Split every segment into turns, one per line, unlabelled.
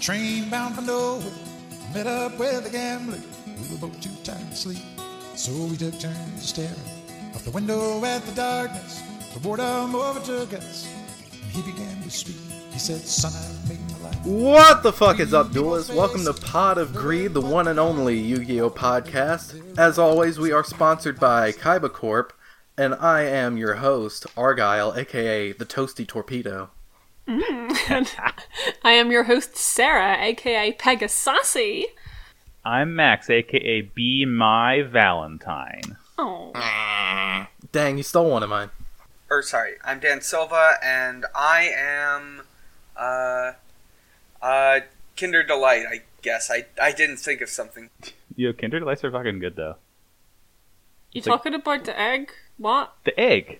Train bound for nowhere. Met up with a gambler. We were both too tired to sleep. So we took turns staring out the window at the darkness. The boredom overtook us. And he began to speak. He said, Son, I've made my life.
What the fuck is up, duelists? Welcome to Pod of Greed, the one and only Yu Gi Oh podcast. As always, we are sponsored by Kaiba Corp, and I am your host, Argyle, aka the Toasty Torpedo.
And Mm. I am your host, Sarah, aka Pegasasi.
I'm Max, aka Be My Valentine.
Oh,
Dang, you stole one of mine.
or sorry, I'm Dan Silva, and I am, uh, uh, Kinder Delight. I guess I I didn't think of something.
Yo, Kinder Delights are fucking good though.
you
like-
talking about the egg? What?
The egg.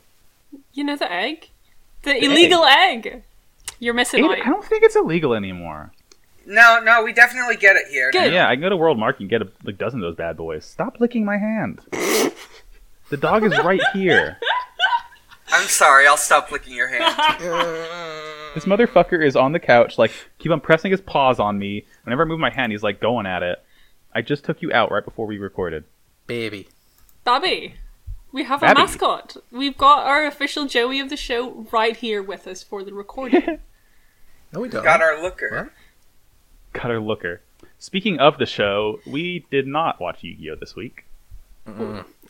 You know the egg? The, illegal egg. You're missing
It- I
out.
don't think it's illegal anymore.
No, no, we definitely get it here.
Good.
Yeah, I can go to World Market and get a like dozen of those bad boys. Stop licking my hand. the dog is right here.
I'm sorry. I'll stop licking your hand.
This motherfucker is on the couch, like keep on pressing his paws on me. Whenever I move my hand, he's like going at it. I just took you out right before we recorded.
Baby.
Babby, we have a
Babby.
mascot. We've got our official Joey of the show right here with us for the recording.
No, we don't.
Got our looker.
Cutter looker. Speaking of the show, we did not watch Yu-Gi-Oh this week.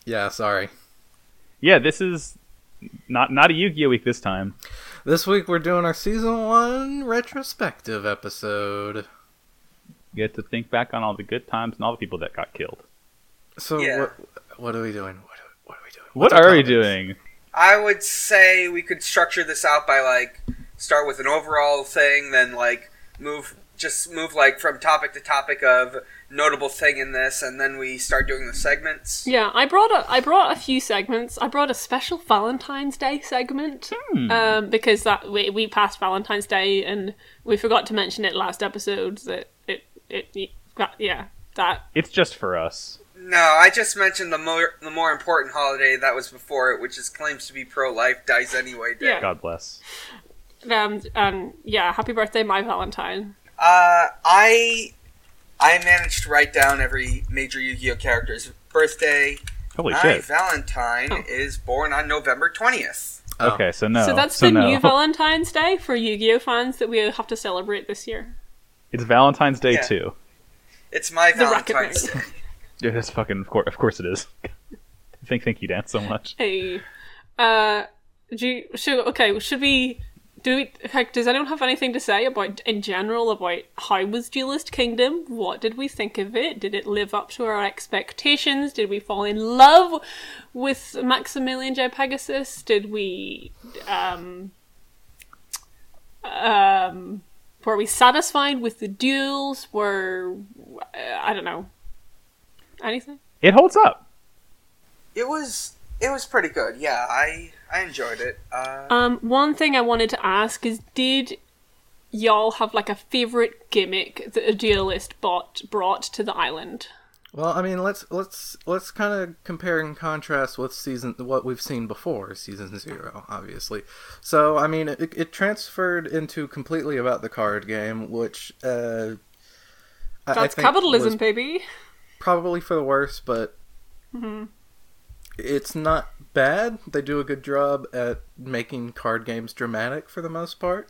Yeah, sorry.
Yeah, this is not not a Yu-Gi-Oh week this time.
This week we're doing our season one retrospective episode.
You get to think back on all the good times and all the people that got killed.
So
Yeah.
what? What are we doing? What are, what are we doing?
What
What's our
are we
topics?
doing?
I would say we could structure this out by like start with an overall thing, then like move just move like from topic to topic of notable thing in this, and then we start doing the segments.
yeah, I brought a, I brought a few segments. I brought a special Valentine's Day segment um, because that we, we passed Valentine's Day and we forgot to mention it last episode that it it, it yeah that
It's just for us.
No, I just mentioned the more the more important holiday that was before it, which is claims to be pro life, dies anyway. Day.
Yeah.
God bless.
Um, and yeah, happy birthday, my Valentine.
Uh, I I managed to write down every major Yu-Gi-Oh character's birthday.
Holy
My
shit.
Valentine
Oh.
is born on November twentieth.
Oh.
Okay, so no.
so that's the
no.
new Valentine's Day for Yu Gi Oh fans that we have to celebrate this year.
It's Valentine's Day
Yeah.
too.
It's my
The Rocket
Valentine's. Day.
Yeah, that's fucking of course, of course it is. Thank, thank you, Dan, so much.
Hey, uh, do you, should, okay, should we do? We, heck, does anyone have anything to say about in general about how was Duelist Kingdom? What did we think of it? Did it live up to our expectations? Did we fall in love with Maximilian J Pegasus? Did we um um were we satisfied with the duels? Were uh, I don't know anything.
It holds up.
It was it was pretty good. Yeah, I I enjoyed it. Uh,
Um, one thing I wanted to ask is, did y'all have like a favorite gimmick that a duelist bought brought to the island?
Well, I mean, let's let's let's kind of compare and contrast with season what we've seen before season zero, obviously. So, I mean, it, it transferred into completely about the card game, which uh, I- I
That's
think
capitalism,
was
baby.
probably for the worse, but it's not bad. They do a good job at making card games dramatic for the most part.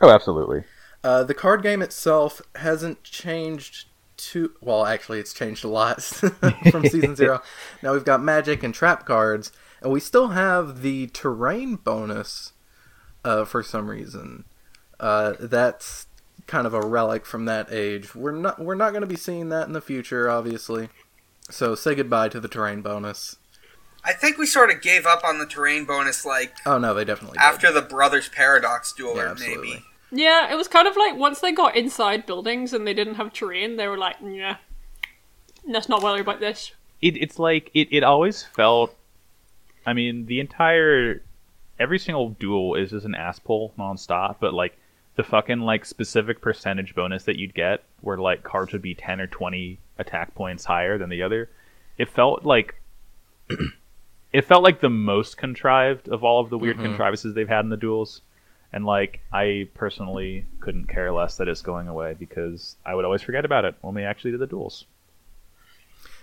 Oh, absolutely.
Uh, the card game itself hasn't changed too well. Actually, it's changed a lot from season zero. Now we've got magic and trap cards, and we still have the terrain bonus uh, for some reason. Uh, that's kind of a relic from that age. We're not we're not going to be seeing that in the future, obviously. So say goodbye to the terrain bonus.
I think we sort of gave up on the terrain bonus like
Oh no, they definitely did.
after the Brothers Paradox duel,
Yeah,
or
absolutely.
maybe.
Yeah, it was kind of like once they got inside buildings and they didn't have terrain, they were like, yeah, let's not worry about this.
It, it's like it, it always felt I mean, the entire every single duel is just an ass pull nonstop, but like the fucking like specific percentage bonus that you'd get where like cards would be ten or twenty attack points higher than the other. It felt like it felt like the most contrived of all of the weird contrivances they've had in the duels. And like I personally couldn't care less that it's going away because I would always forget about it when we actually did the duels.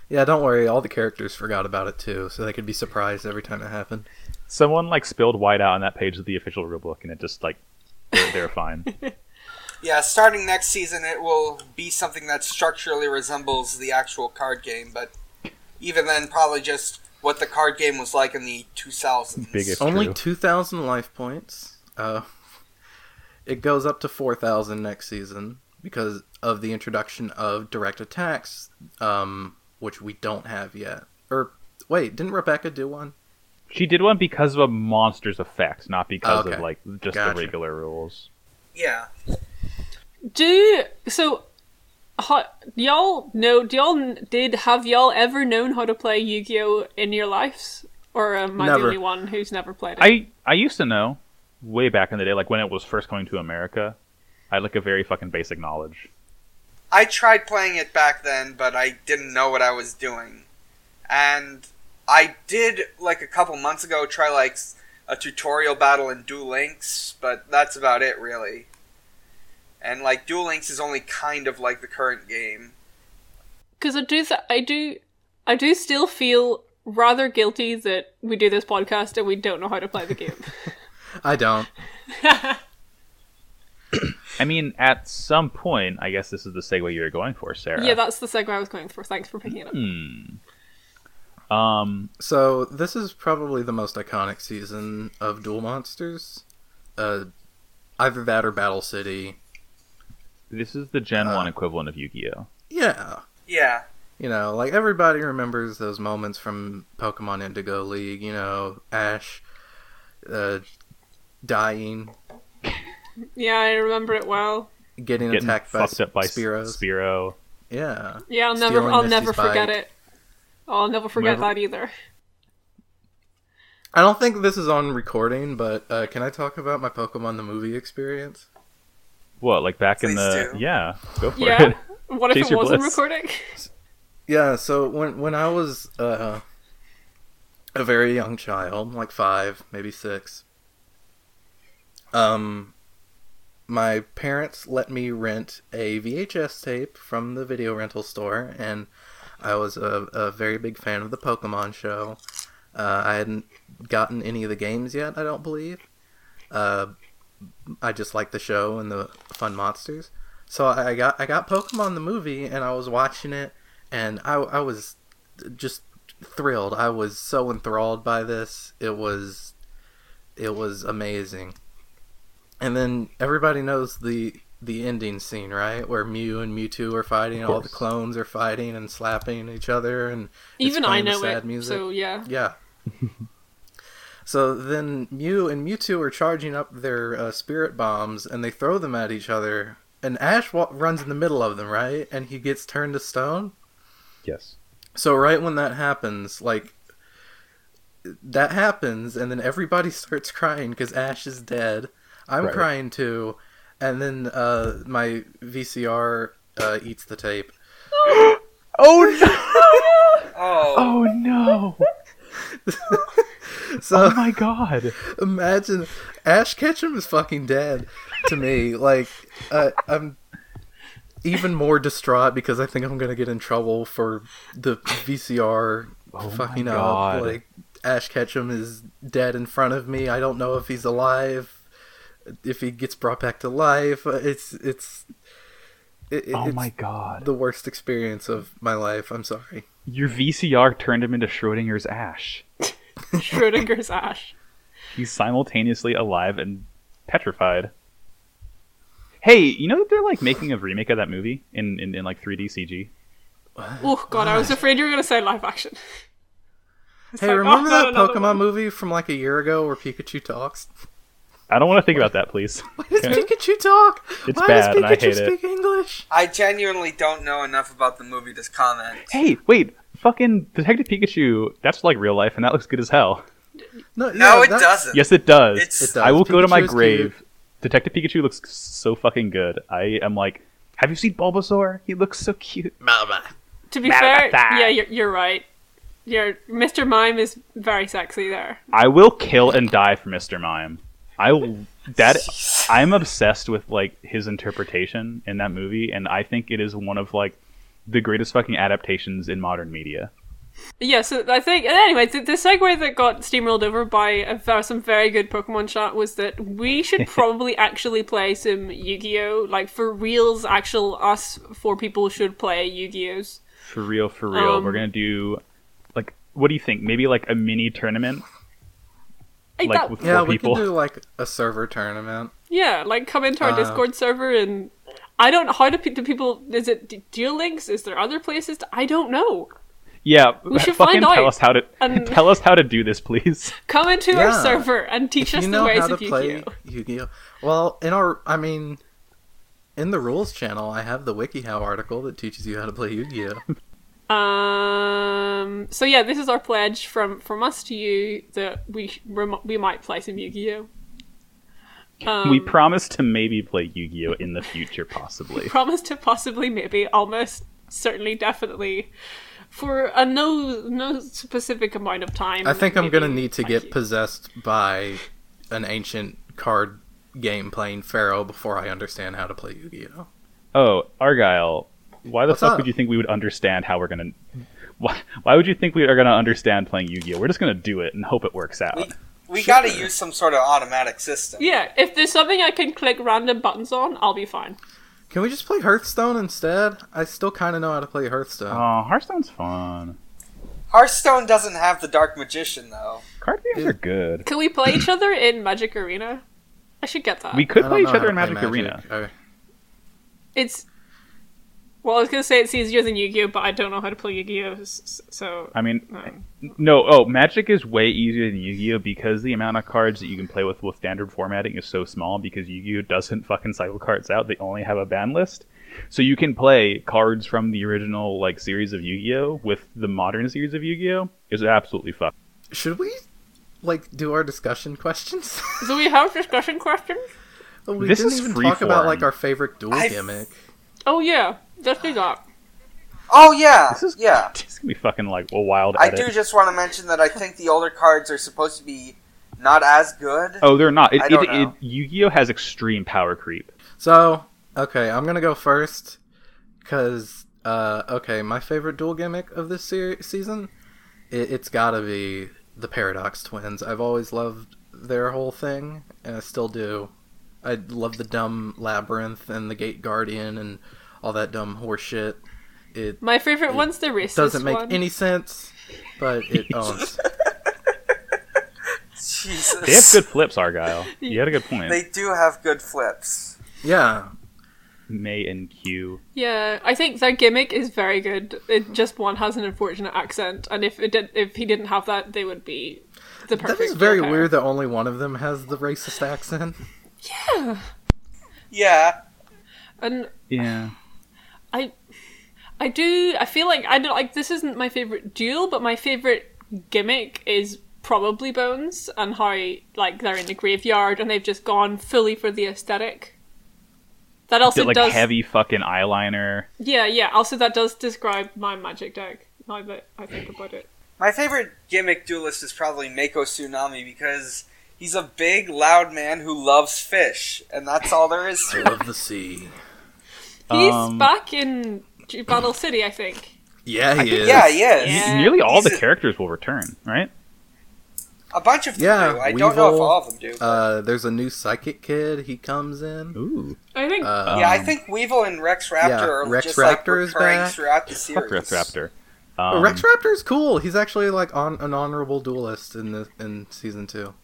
Yeah, don't worry. All the characters forgot about it too, so they could be surprised every time it happened.
Someone like spilled white out on that page of the official rulebook, and it just like they're, they're fine.
Yeah, starting next season, it will be something that structurally resembles the actual card game, but even then, probably just what the card game was like in the 2000s.
Big if-
Only
True.
two thousand life points. Uh, it goes up to four thousand next season because of the introduction of direct attacks, um, which we don't have yet. Or wait, didn't Rebecca do one?
She did one because of a monster's effect, not because of
Okay.
like just
Gotcha.
the regular rules.
yeah.
Do so. How, y'all know? Do y'all did have y'all ever known how to play Yu-Gi-Oh in your lives, or am I the
Never.
only one who's never played it?
I I used to know way back in the day, like when it was first coming to America. I had like a very fucking basic knowledge.
I tried playing it back then, but I didn't know what I was doing. And I did, like, a couple months ago try, like, s- a tutorial battle in Duel Links, but that's about it, really. And, like, Duel Links is only kind of like the current game.
because I do, th- I do, I do still feel rather guilty that we do this podcast and we don't know how to play the game.
I don't.
I mean, at some point, I guess this is the segue you're going for, Sarah. Hmm.
yeah, that's the segue I was going for. Thanks for picking it
Mm.
up.
um,
So this is probably the most iconic season of Duel Monsters. Uh, either that or Battle City.
this is the Gen
Uh,
One equivalent of Yu-Gi-Oh.
Yeah,
Yeah.
you know, like everybody remembers those moments from Pokemon Indigo League. You know, Ash uh, dying,
Yeah, I remember it well.
getting
Getting
attacked by,
fucked up by
Spiros.
Spiro.
yeah,
Yeah, I'll never,
Stealing
I'll
Misty's
never forget
bike.
it. Oh, I'll never forget
Never-
that either.
I don't think this is on recording, but uh, can I talk about my Pokemon the movie experience?
What, like back in
Please
the
do.
yeah? Go for
Yeah.
it.
What if
Chase
it
your
wasn't
bliss.
recording?
Yeah, so when when I was uh, a very young child, like five, maybe six, um, my parents let me rent a VHS tape from the video rental store, and I was a, a very big fan of the Pokemon show. Uh, I hadn't gotten any of the games yet, I don't believe. Uh, I just liked the show and the fun monsters. So I got I got Pokemon the movie, and I was watching it and I, I was just thrilled. I was so enthralled by this. It was it was amazing. And then everybody knows the the ending scene, right? Where Mew and Mewtwo are fighting, all the
course.
clones are fighting and slapping each other and it's
Even I
playing the
know
sad
it.
music.
So yeah,
Yeah. so then Mew and Mewtwo are charging up their uh, spirit bombs and they throw them at each other. And Ash wa- runs in the middle of them, right? And he gets turned to stone.
Yes.
So right when that happens, like that happens, and then everybody starts crying because Ash is dead. I'm
Right.
crying too, and then uh, my VCR uh, eats the tape.
Oh no!
Oh,
Oh no!
So
Oh my god!
imagine Ash Ketchum is fucking dead to me. like uh, I'm even more distraught because I think I'm gonna get in trouble for the VCR
Oh my
fucking
God.
up. Like Ash Ketchum is dead in front of me. I don't know if he's alive. If he gets brought back to life, it's it's. It, it-
Oh
it's
my god!
The worst experience of my life. I'm sorry.
Your VCR turned him into Schrodinger's Ash.
Schrodinger's Ash.
He's simultaneously alive and petrified. Hey, you know that they're like making a remake of that movie in, in, in like 3D CG?
Oh god, I was afraid you were gonna say live action.
Hey,
like, oh,
remember
not
that
another
Pokemon
one.
movie from like a year ago where Pikachu talks?
I don't want to think about that, please.
Does Pikachu talk?
It's
Why
bad,
does
and
Pikachu
I hate it.
speak English?
I genuinely don't know enough about the movie to comment.
hey, wait, fucking Detective Pikachu, that's like real life, and that looks good as hell.
No,
yeah,
it
that-
doesn't.
Yes, it does.
It's- It does.
I will go to
Pikachu
my
is
grave. Detective Pikachu looks so fucking good. I am like, have you seen Bulbasaur? He looks so cute.
To be
Blah, blah,
fair,
blah.
yeah, you're, you're right. Your Mr. Mime is very sexy there.
I will kill and die for Mr. Mime. I will that I'm obsessed with like his interpretation in that movie, and I think it is one of like the greatest fucking adaptations in modern media.
Yeah, so I think anyway, the, the segue that got steamrolled over by a, ver- some very good Pokemon chat was that we should probably actually play some Yu-Gi-Oh. Like for reals, actual us four people should play Yu-Gi-Ohs.
For real, for real,
Um,
we're gonna do like what do you think? Maybe like a mini tournament,
Like
like
that-
with
Yeah,
four
we
people.
can do like a server tournament.
yeah, like come into our
Uh,
Discord server and I don't. How do, pe- do people? Is it D- Duel Links? Is there other places? To, I don't know.
yeah,
We should
fucking
find
tell
out. um,
us how to
And-
tell us how to do this, please.
Come into our
Yeah.
server and teach us
you
the
know
ways
how to
of
play
Yu-Gi-Oh.
Yu-Gi-Oh. Well, in our, I mean, in the rules channel, I have the WikiHow article that teaches you how to play Yu-Gi-Oh.
Um. So yeah, this is our pledge from from us to you that we rem- we might play some Yu-Gi-Oh.
we
um,
promise to maybe play Yu-Gi-Oh in the future, possibly.
Promise to possibly, maybe, almost, certainly, definitely, for a no no specific amount of time.
I think I'm gonna
maybe.
need to
Thank
get
you.
possessed by an ancient card game playing pharaoh before I understand how to play Yu-Gi-Oh.
Oh, Argyle, why the
What's
fuck
up?
would you think we would understand how we're gonna? Why, why would you think we are gonna understand playing Yu-Gi-Oh? We're just gonna do it and hope it works out.
We got to use some sort of automatic system.
Yeah, if there's something I can click random buttons on, I'll be fine.
Can we just play Hearthstone instead? I still kind of know how to play Hearthstone.
Oh, Hearthstone's fun.
Hearthstone doesn't have the Dark Magician though.
Card games
Yeah.
are good.
Can we play each other in Magic Arena? I should get that.
We
I
could
don't
play each
know how
other
to play
in Magic, Arena.
Okay.
It's well, I was gonna say it's easier than Yu-Gi-Oh, but I don't know how to play Yu-Gi-Oh, s- s- so
I mean,
um,
no. Oh, Magic is way easier than Yu-Gi-Oh because the amount of cards that you can play with with standard formatting is so small. Because Yu-Gi-Oh doesn't fucking cycle cards out; they only have a ban list. So you can play cards from the original like series of Yu-Gi-Oh with the modern series of Yu-Gi-Oh. It's absolutely fucking.
Should we like do our discussion questions?
do we have discussion questions?
we
This
didn't
is
even talk about
freeform.
like our favorite duel
I-
gimmick.
Oh yeah, let's do that.
Oh yeah,
This is
yeah.
It's gonna be fucking like a wild
I
edit.
do just want to mention that I think the older cards are supposed to be not as good.
oh, they're not. It,
I don't
it,
know.
it- Yu-Gi-Oh has extreme power creep.
So, okay, I'm gonna go first because uh, okay, my favorite dual gimmick of this ser- season, it, it's gotta be the Paradox Twins. I've always loved their whole thing, and I still do. I love the dumb labyrinth and the Gate Guardian and all that dumb horseshit. It
My favorite one's the racist
doesn't make
one.
any sense, but it owns.
Jesus,
They have good flips, Argyle. You had a good point.
They do have good flips.
yeah,
May and Q.
Yeah, I think their gimmick is very good. It just one has an unfortunate accent, and if it did, if he didn't have that, they would be the perfect.
that is very
pair.
weird that only one of them has the racist accent.
Yeah,
And
Yeah.
I do. I feel like I don't like this isn't my favorite duel, but my favorite gimmick is probably Bones and how like they're in the graveyard and they've just gone fully for the aesthetic. That also
Did, like
does
heavy fucking eyeliner.
Yeah, yeah. Also, that does describe my magic deck. Now that I think about it.
my favorite gimmick duelist is probably Mako Tsunami because he's a big, loud man who loves fish, and that's all there is to it.
Love the sea.
He's
Um,
back in G- Battle City, I think.
Yeah, he is.
Yeah, he is.
Yeah.
Nearly all
He's
the
a-
characters will return, right?
A bunch of them
Yeah,
do. I don't know if
Weevil,
all of them do.
Uh, there's a new psychic kid. He comes in.
Ooh.
I think
Uh,
yeah, I
um,
think Weevil and Rex Raptor
yeah,
are
Rex
just like
Raptor is
recurring
back.
throughout the
Fuck
series.
Rex Raptor.
Oh,
Um,
Rex Raptor's cool. He's actually like on an honorable duelist in the in season two.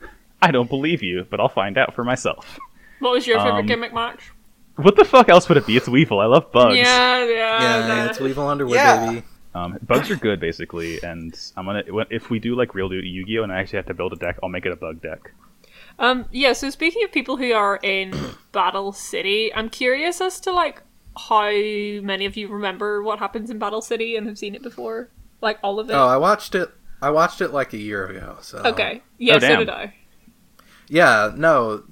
I don't believe you, but I'll find out for myself.
what was your favorite
um,
gimmick match?
What the fuck else would it be? It's Weevil. I love bugs.
Yeah, yeah,
yeah,
the-
it's Weevil Underwood,
Yeah.
baby.
Um, bugs are good, basically, and I'm gonna if we do like real Yu-Gi-Oh, and I actually have to build a deck, I'll make it a bug deck.
Um, yeah. So speaking of people who are in Battle City, I'm curious as to like how many of you remember what happens in Battle City and have seen it before, like all of it.
Oh, uh, I watched it. I watched it like a year ago. So
okay. Yeah. so
oh, damn.
did I.
Yeah, no.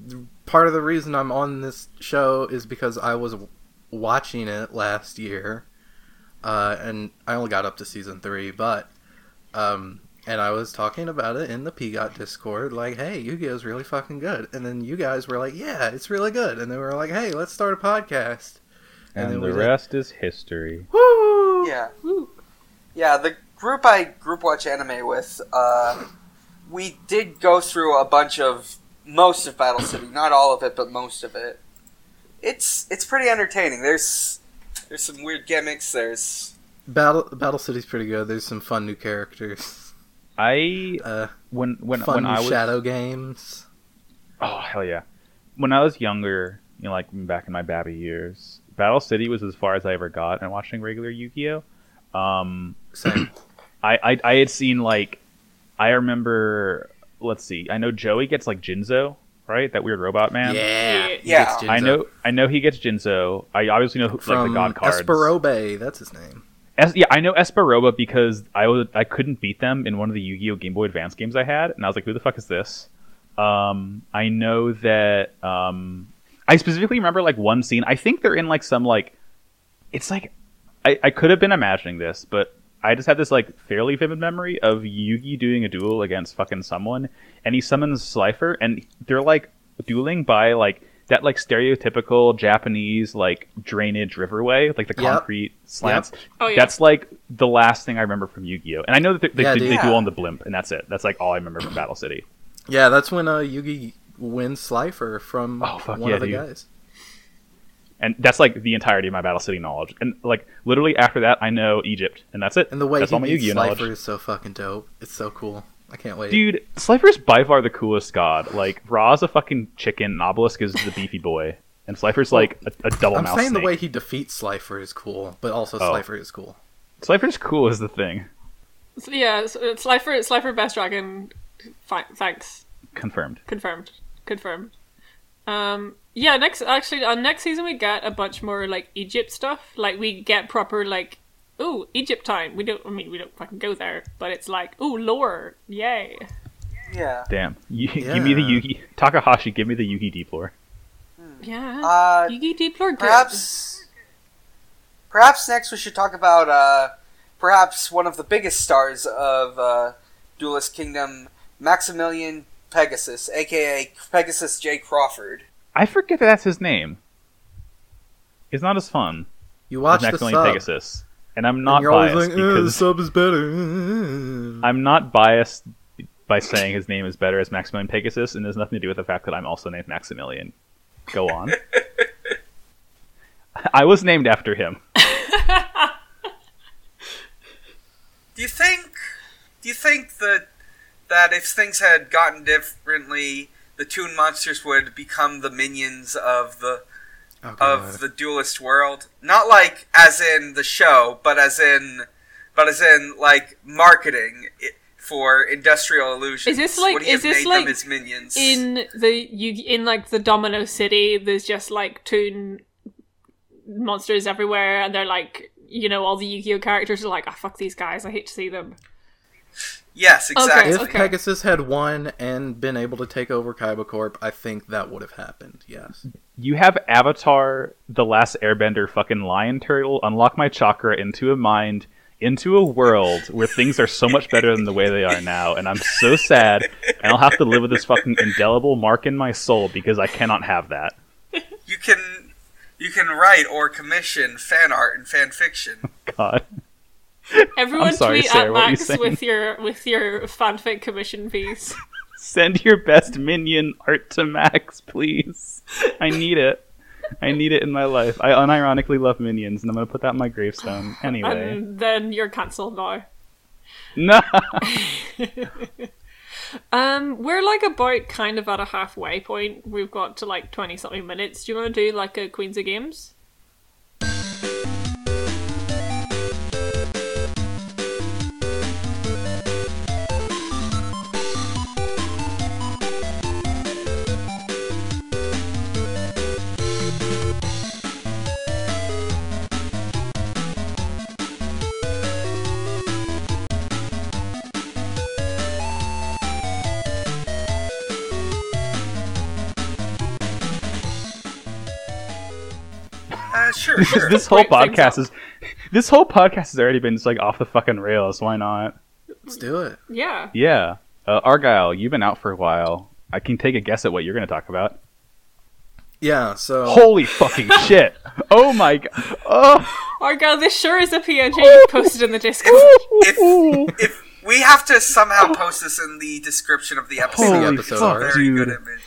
Part of the reason I'm on this show is because I was w- watching it last year, uh, and I only got up to season three, but um, and I was talking about it in the PGOT Discord, like, hey, Yu Gi Oh's really fucking good. And then you guys were like, yeah, it's really good. And then we were like, hey, let's start a podcast.
And,
And then
the
we did-
rest is history.
Woo!
Yeah. Yeah, the group I group watch anime with, uh, we did go through a bunch of most of Battle City, not all of it, but most of it. It's it's pretty entertaining. There's there's some weird gimmicks. There's
Battle Battle City's pretty good. There's some fun new characters,
I
uh,
when when
fun
when
new
I was
shadow games.
Oh hell yeah! When I was younger, you know, like back in my babby years, Battle City was as far as I ever got in watching regular Yu-Gi-Oh. Um,
Same.
I, I I had seen like, I remember. Let's see. I know Joey gets like Jinzo, right? That weird robot man.
yeah, he
Yeah.
gets Jinzo.
I know. I know he gets Jinzo. I obviously know who, like the
from
god cards.
Esperobe. That's his name.
Es- yeah, I know Esperoba because I was I couldn't beat them in one of the Yu-Gi-Oh Game Boy Advance games I had, and I was like, "Who the fuck is this?" Um, I know that um, I specifically remember like one scene. I think they're in like some like it's like I, I could have been imagining this, but I just have this like fairly vivid memory of Yugi doing a duel against fucking someone, and he summons Slifer, and they're like dueling by like that like stereotypical Japanese like drainage riverway, like the
Yep.
concrete slants.
Oh, yeah.
That's like the last thing I remember from Yu-Gi-Oh, and I know that they, they,
Yeah,
they,
dude.
they
Yeah.
duel on the blimp, and that's it. That's like all I remember from Battle City.
Yeah, that's when uh, Yugi wins Slifer from
Oh, fuck
one
yeah,
of the
dude.
guys.
And that's like the entirety of my Battle City knowledge. And like literally after that, I know Egypt, and that's it.
And the way
that's
he
all my
beats
Yu-Gi-Oh knowledge.
Slifer is so fucking dope. It's so cool. I can't wait.
Dude, Slifer's by far the coolest god. Like, Ra's a fucking chicken, and Obelisk is the beefy boy. And Slifer's like a, a double
I'm
mouse.
saying the
snake.
way he defeats Slifer is cool, but also
Oh.
Slifer is cool.
Slifer's cool is the thing.
So, yeah, it's, it's Slifer, it's Slifer Best Dragon. Fi- thanks.
Confirmed.
Confirmed. Confirmed. Um, yeah, next, actually, on next season we get a bunch more, like, Egypt stuff. Like, we get proper, like, ooh, Egypt time. We don't, I mean, we don't fucking go there, but it's like, ooh, lore. Yay.
yeah.
Damn. You, Give me the
Yeah.
Yugi. Takahashi, give me the Yugi deep lore.
Yeah.
Uh,
Yugi Deep Lord good.
perhaps perhaps next we should talk about uh, perhaps one of the biggest stars of uh, Duelist Kingdom, Maximilian Pegasus, aka Pegasus J Crawford.
I forget that that's his name. It's not as fun
You watch
as
the
Maximilian
sub.
Pegasus. And I'm
and
not
you're always
biased
like, "Eh, the
because
sub is better.
I'm not biased by saying his name is better as Maximilian Pegasus, and there's nothing to do with the fact that I'm also named Maximilian. Go on. I was named after him.
Do you think? Do you think that that if things had gotten differently, the Toon Monsters would become the minions of the
Oh, God.
of the duelist world? Not like as in the show, but as in, but as in like marketing i- for industrial
Is
illusions.
this like-
Would he
is
have
this
made
like
them his minions?
in the you in like the domino city there's just like toon monsters everywhere and they're like you know all the yu-gi-oh characters are like i fuck these guys i hate to see them
yes, exactly.
if
okay.
Pegasus had won and been able to take over Kaiba Corp, I think that would have happened. Yes.
You have Avatar, the last airbender, fucking lion turtle, unlock my chakra into a mind, into a world where things are so much better than the way they are now, and I'm so sad, and I'll have to live with this fucking indelible mark in my soul because I cannot have that.
You can you can write or commission fan art and fan fiction.
God.
everyone
sorry,
tweet
Sarah,
at
what were you
max
saying?
with your with your fanfic commission piece
Send your best minion art to Max, please. I need it. I need it in my life. I unironically love minions, and I'm gonna put that in my gravestone anyway.
and then you're cancelled now
No.
um we're like about kind of at a halfway point we've got to like 20 something minutes do you want to do like a queens of games
Uh, sure, sure.
this whole
Break things
podcast is this whole podcast has already been just like off the fucking rails. Why not?
Let's do it.
Yeah.
Yeah. Uh, Argyle, you've been out for a while. I can take a guess at what you're going to talk about.
Yeah. So
Holy fucking shit. Oh my god. Oh.
Argo, this sure is a PNG you posted in the Discord.
If, if we have to somehow post this in the description of the episode,
Holy
it's a
fuck,
very
dude.
good image.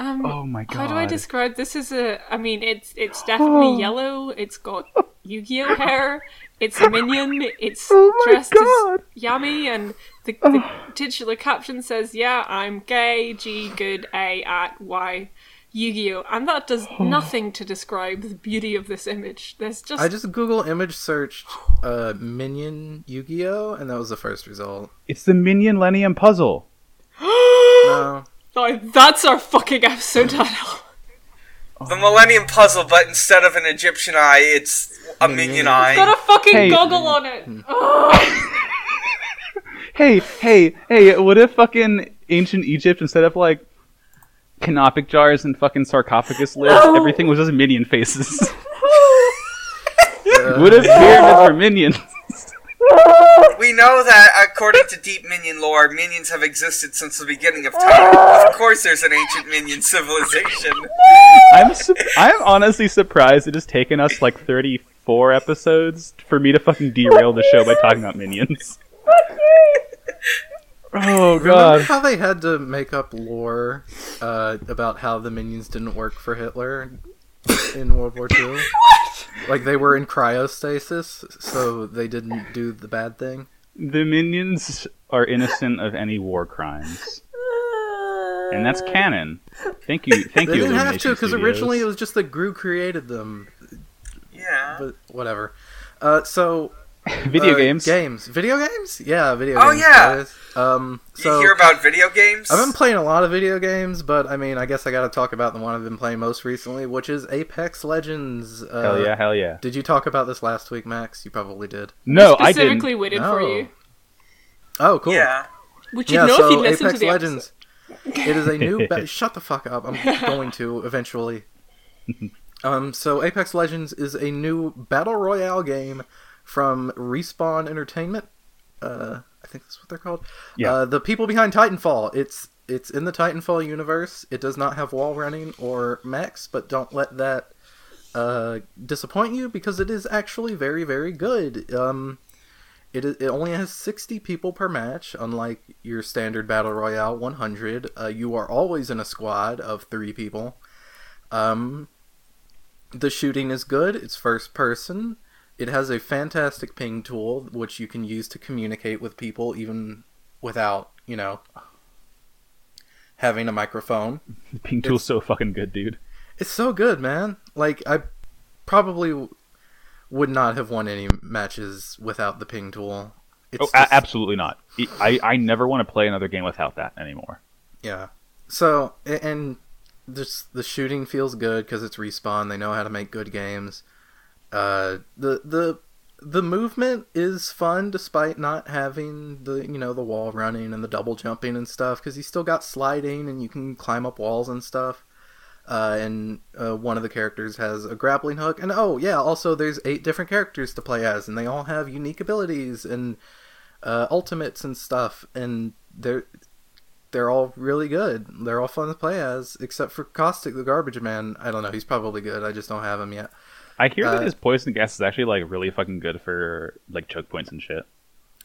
Um,
Oh my god.
How do I describe this? Is a. I mean, it's it's definitely yellow. It's got Yu-Gi-Oh hair. It's a minion. It's dressed
Oh God.
as Yami, and the, the titular caption says, "Yeah, I'm gay. G good A at Y." Yu-Gi-Oh, and that does nothing to describe the beauty of this image. There's just,
I just Google image searched uh, minion Yu-Gi-Oh, and that was the first result.
It's the Minion Lenium puzzle.
No.
Oh, that's our fucking episode title.
The Millennium Puzzle, but instead of an Egyptian eye, it's a minion eye.
Got a fucking
Hey.
goggle on it.
Hmm.
Hey, hey, hey, what if fucking ancient Egypt, instead of like canopic jars and fucking sarcophagus lids, everything was just minion faces? what if pyramids were minions?
We know that, according to deep minion lore, minions have existed since the beginning of time. Of course, there's an ancient minion civilization.
I'm su- I'm honestly surprised it has taken us like 34 episodes for me to fucking derail the show by talking about minions.
Remember
Oh god.
how they had to make up lore uh, about how the minions didn't work for Hitler in World War II? Like they were in cryostasis, so they didn't do the bad thing.
The minions are innocent of any war crimes. And that's canon. Thank you. Thank
They
you.
didn't have to
Illumination
because
Studios.
originally it was just that Gru created them,
Yeah.
but whatever. Uh, so
video
uh,
games.
games, video games, yeah, video.
Oh,
games,
yeah.
guys. Um, so
you hear about video games?
I've been playing a lot of video games, but I mean, I guess I got to talk about the one I've been playing most recently, which is Apex Legends. Uh,
Hell yeah, hell yeah.
Did you talk about this last week, Max? You probably did.
No, I didn't.
Specifically waited for
No.
you.
Oh, cool.
Yeah.
Which you
Yeah,
know
so
if you listen
Apex
to the
Legends. it is a new. Ba- Shut the fuck up. I'm going to eventually. Um, so Apex Legends is a new battle royale game from Respawn Entertainment. Uh, I think that's what they're called.
Yeah.
Uh, the people behind Titanfall. It's it's in the Titanfall universe. It does not have wall running or mechs, but don't let that uh, disappoint you because it is actually very very good. Um, it, is, it only has 60 people per match, unlike your standard battle royale 100. Uh, you are always in a squad of three people. Um, the shooting is good. It's first person. It has a fantastic ping tool, which you can use to communicate with people even without, you know, having a microphone.
The ping tool's so fucking good, dude.
It's so good, man. Like I probably w- would not have won any matches without the ping tool. It's
Oh, a-
just-
absolutely not. I, I I never want to play another game without that anymore.
Yeah. So a- and this the shooting feels good because it's respawn. They know how to make good games. Uh, the the the movement is fun despite not having the you know the wall running and the double jumping and stuff because you still got sliding and you can climb up walls and stuff. Uh, and uh, one of the characters has a grappling hook and oh yeah also there's eight different characters to play as and they all have unique abilities and uh, ultimates and stuff and they're they're all really good. They're all fun to play as, except for Caustic the Garbage Man. I don't know. He's probably good. I just don't have him yet.
I hear
Uh,
that his poison gas is actually like really fucking good for like choke points and shit.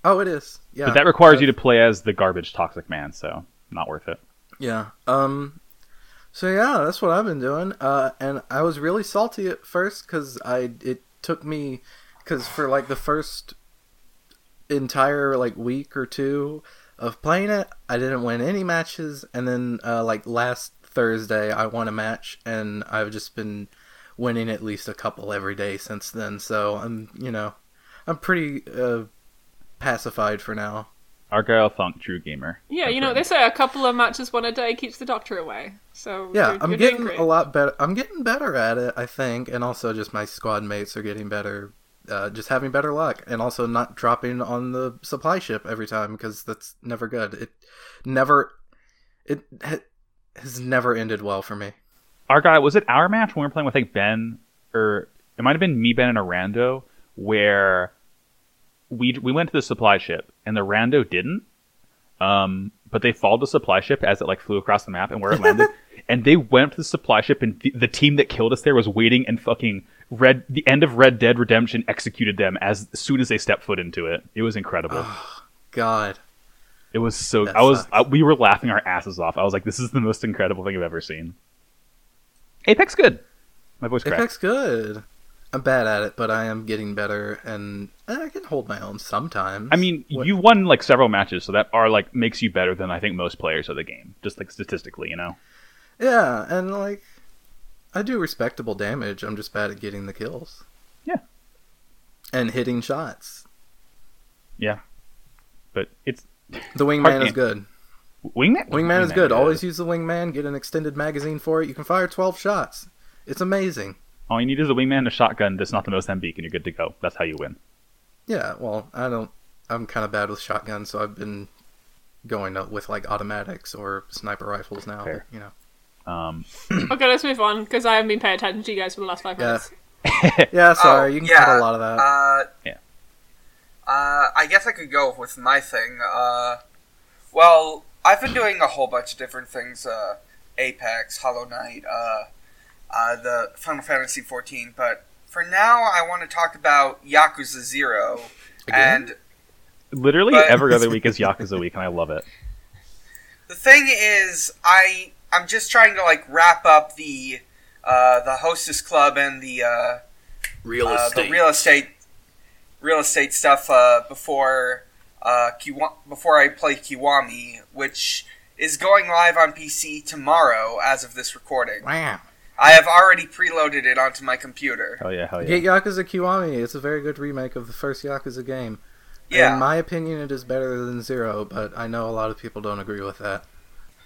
Oh, it is. Yeah.
But that requires you to play as the garbage toxic man, so not worth it.
Yeah. Um. So yeah, that's what I've been doing. Uh, and I was really salty at first because I it took me because for like the first entire like week or two of playing it, I didn't win any matches, and then uh, like last Thursday, I won a match, and I've just been winning at least a couple every day since then. So I'm you know I'm pretty uh, pacified for now.
Argyle Thunk True Gamer.
Yeah,
That's
you know,
right.
they say a couple of matches won a day keeps the doctor away. So
yeah
you're,
i'm
you're
getting
doing great.
a lot better i'm getting better at it i think and also just my squad mates are getting better uh, just having better luck and also not dropping on the supply ship every time because that's never good it never it ha- has never ended well for me
Argyle, was it our match when we were playing with like Ben or it might have been me, Ben, and Arando, where we we went to the supply ship and the rando didn't. Um, but they followed the supply ship as it like flew across the map and where it landed. and they went up to the supply ship and th- the team that killed us there was waiting and fucking red the end of Red Dead Redemption executed them as, as soon as they stepped foot into it. It was incredible.
God.
it was so
that
I was
sucks.
I, we were laughing our asses off. I was like this is the most incredible thing I've ever seen. Apex good. My voice cracked.
Apex good. I'm bad at it, but I am getting better, and I can hold my own sometimes.
I mean,
What-
you won like several matches, so that are like makes you better than I think most players of the game, just like statistically, you know.
yeah, and like, I do respectable damage. I'm just bad at getting the kills.
Yeah.
And hitting shots.
But it's
The
Hard
wingman is
game.
good.
wingman.
Wingman is good. Always use the wingman. Get an extended magazine for it. You can fire 12 shots. It's amazing.
all you need is a wingman, and a shotgun that's not the most MB, and you're good to go. That's how you win.
Yeah, well, I don't. I'm kind of bad with shotguns, so I've been going up with like automatics or sniper rifles now.
Fair.
You know.
Um,
Okay, let's move on because I haven't been paying attention to you guys for the last five
Yeah.
minutes.
Yeah, sorry.
Oh,
you can
yeah.
cut a lot of that.
Uh,
Yeah.
Uh, I guess I could go with my thing. Uh, well, I've been doing a whole bunch of different things. Uh, Apex, Hollow Knight, uh, uh, the Final Fantasy XIV. But for now, I want to talk about Yakuza Zero.
Again?
And
literally
But-
every other week is Yakuza week, and I love it.
the thing is, I I'm just trying to like wrap up the uh, the Hostess Club and the uh,
real
uh, the real estate real estate stuff uh, before uh, Kiwa- before I play Kiwami, which is going live on PC tomorrow as of this recording.
Wow.
I have already preloaded it onto my computer.
Hell yeah, hell yeah.
Get Yakuza Kiwami. It's a very good remake of the first Yakuza game. In
Yeah,
my opinion, it is better than Zero, but I know a lot of people don't agree with that.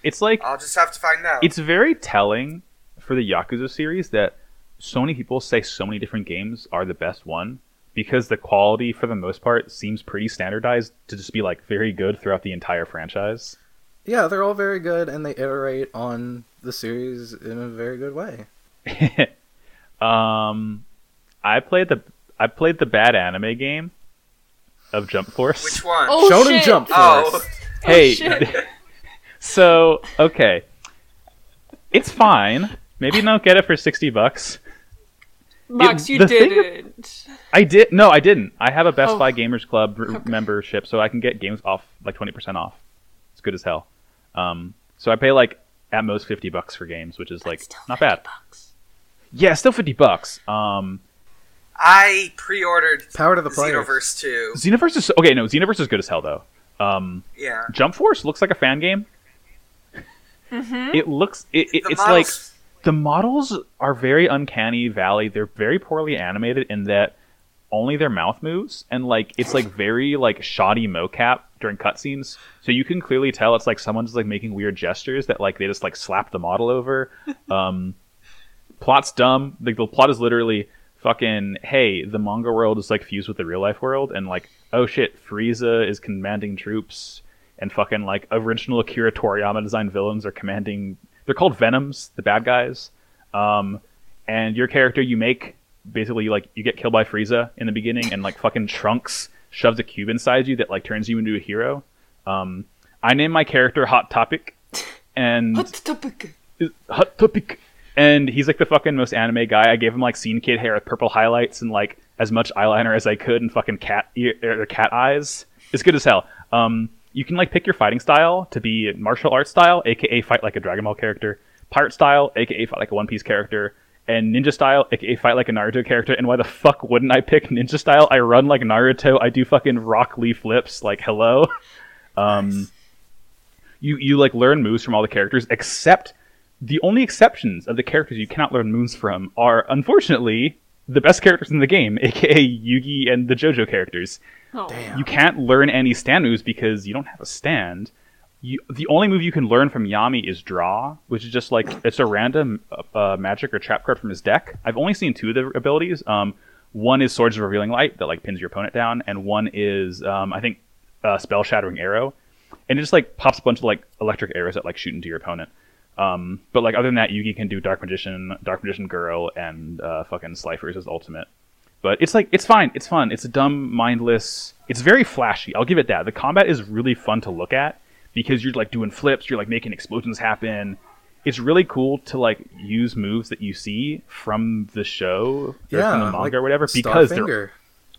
It's like
I'll just have to find out.
it's very telling for the Yakuza series that so many people say so many different games are the best one because the quality for the most part seems pretty standardized to just be like very good throughout the entire franchise.
Yeah, they're all very good, and they iterate on the series in a very good way.
Um, I played the I played the bad anime game of Jump Force.
Which one?
Oh,
Shonen
shit.
Jump
Oh.
first.
hey,
shit.
so okay, it's fine. Maybe don't get it for sixty bucks.
Max, you
the thing-
didn't.
I did no, I didn't. I have a Best
Oh.
Buy Gamers Club r-
Okay.
membership, so I can get games off like twenty percent off. It's good as hell. Um, so I pay like at most fifty bucks for games, which is like not bad. Yeah, still fifty bucks. Um,
I pre-ordered
Power to the players.
Xenoverse Two.
Xenoverse is okay. No, Xenoverse is good as hell though. Um,
Yeah,
Jump Force looks like a fan game.
Mm-hmm.
It looks it, it,
The
it's
models-
like the models are very uncanny valley. They're very poorly animated in that only their mouth moves and like it's like very like shoddy mocap during cutscenes. So you can clearly tell it's like someone's like making weird gestures that like they just like slap the model over. Um plot's dumb. Like the plot is literally fucking hey, the manga world is like fused with the real life world and like oh shit, Frieza is commanding troops and fucking like original Akira Toriyama designed villains are commanding. They're called Venoms, the bad guys. Um, and your character you make basically like you get killed by Frieza in the beginning, and like fucking Trunks shoves a cube inside you that like turns you into a hero. Um, I named my character Hot Topic, and
What's the topic?
hot topic. And he's like the fucking most anime guy. I gave him like scene kid hair with purple highlights and like as much eyeliner as I could and fucking cat ear or cat eyes. It's good as hell. Um, you can like pick your fighting style to be martial arts style, aka fight like a Dragon Ball character, pirate style, aka fight like a One Piece character, and ninja style, aka fight like a Naruto character. And why the fuck wouldn't I pick ninja style? I run like Naruto. I do fucking rock lee flips. Like hello. Um, you you like learn moves from all the characters except the only exceptions of the characters you cannot learn moves from are unfortunately the best characters in the game, aka Yugi and the JoJo characters.
Oh.
Damn.
You can't learn any stand moves because you don't have a stand. You, the only move you can learn from Yami is draw, which is just like it's a random uh, uh, magic or trap card from his deck. I've only seen two of the abilities. Um, one is Swords of Revealing Light that like pins your opponent down, and one is um, I think uh, Spell Shattering Arrow, and it just like pops a bunch of like electric arrows that like shoot into your opponent. Um, but like other than that, Yugi can do Dark Magician, Dark Magician Girl, and uh, fucking Slifer's as ultimate. But it's like it's fine. It's fun. It's a dumb, mindless. It's very flashy. I'll give it that. The combat is really fun to look at because you're like doing flips. You're like making explosions happen. It's really cool to like use moves that you see from the show or from the manga
like
or whatever because they're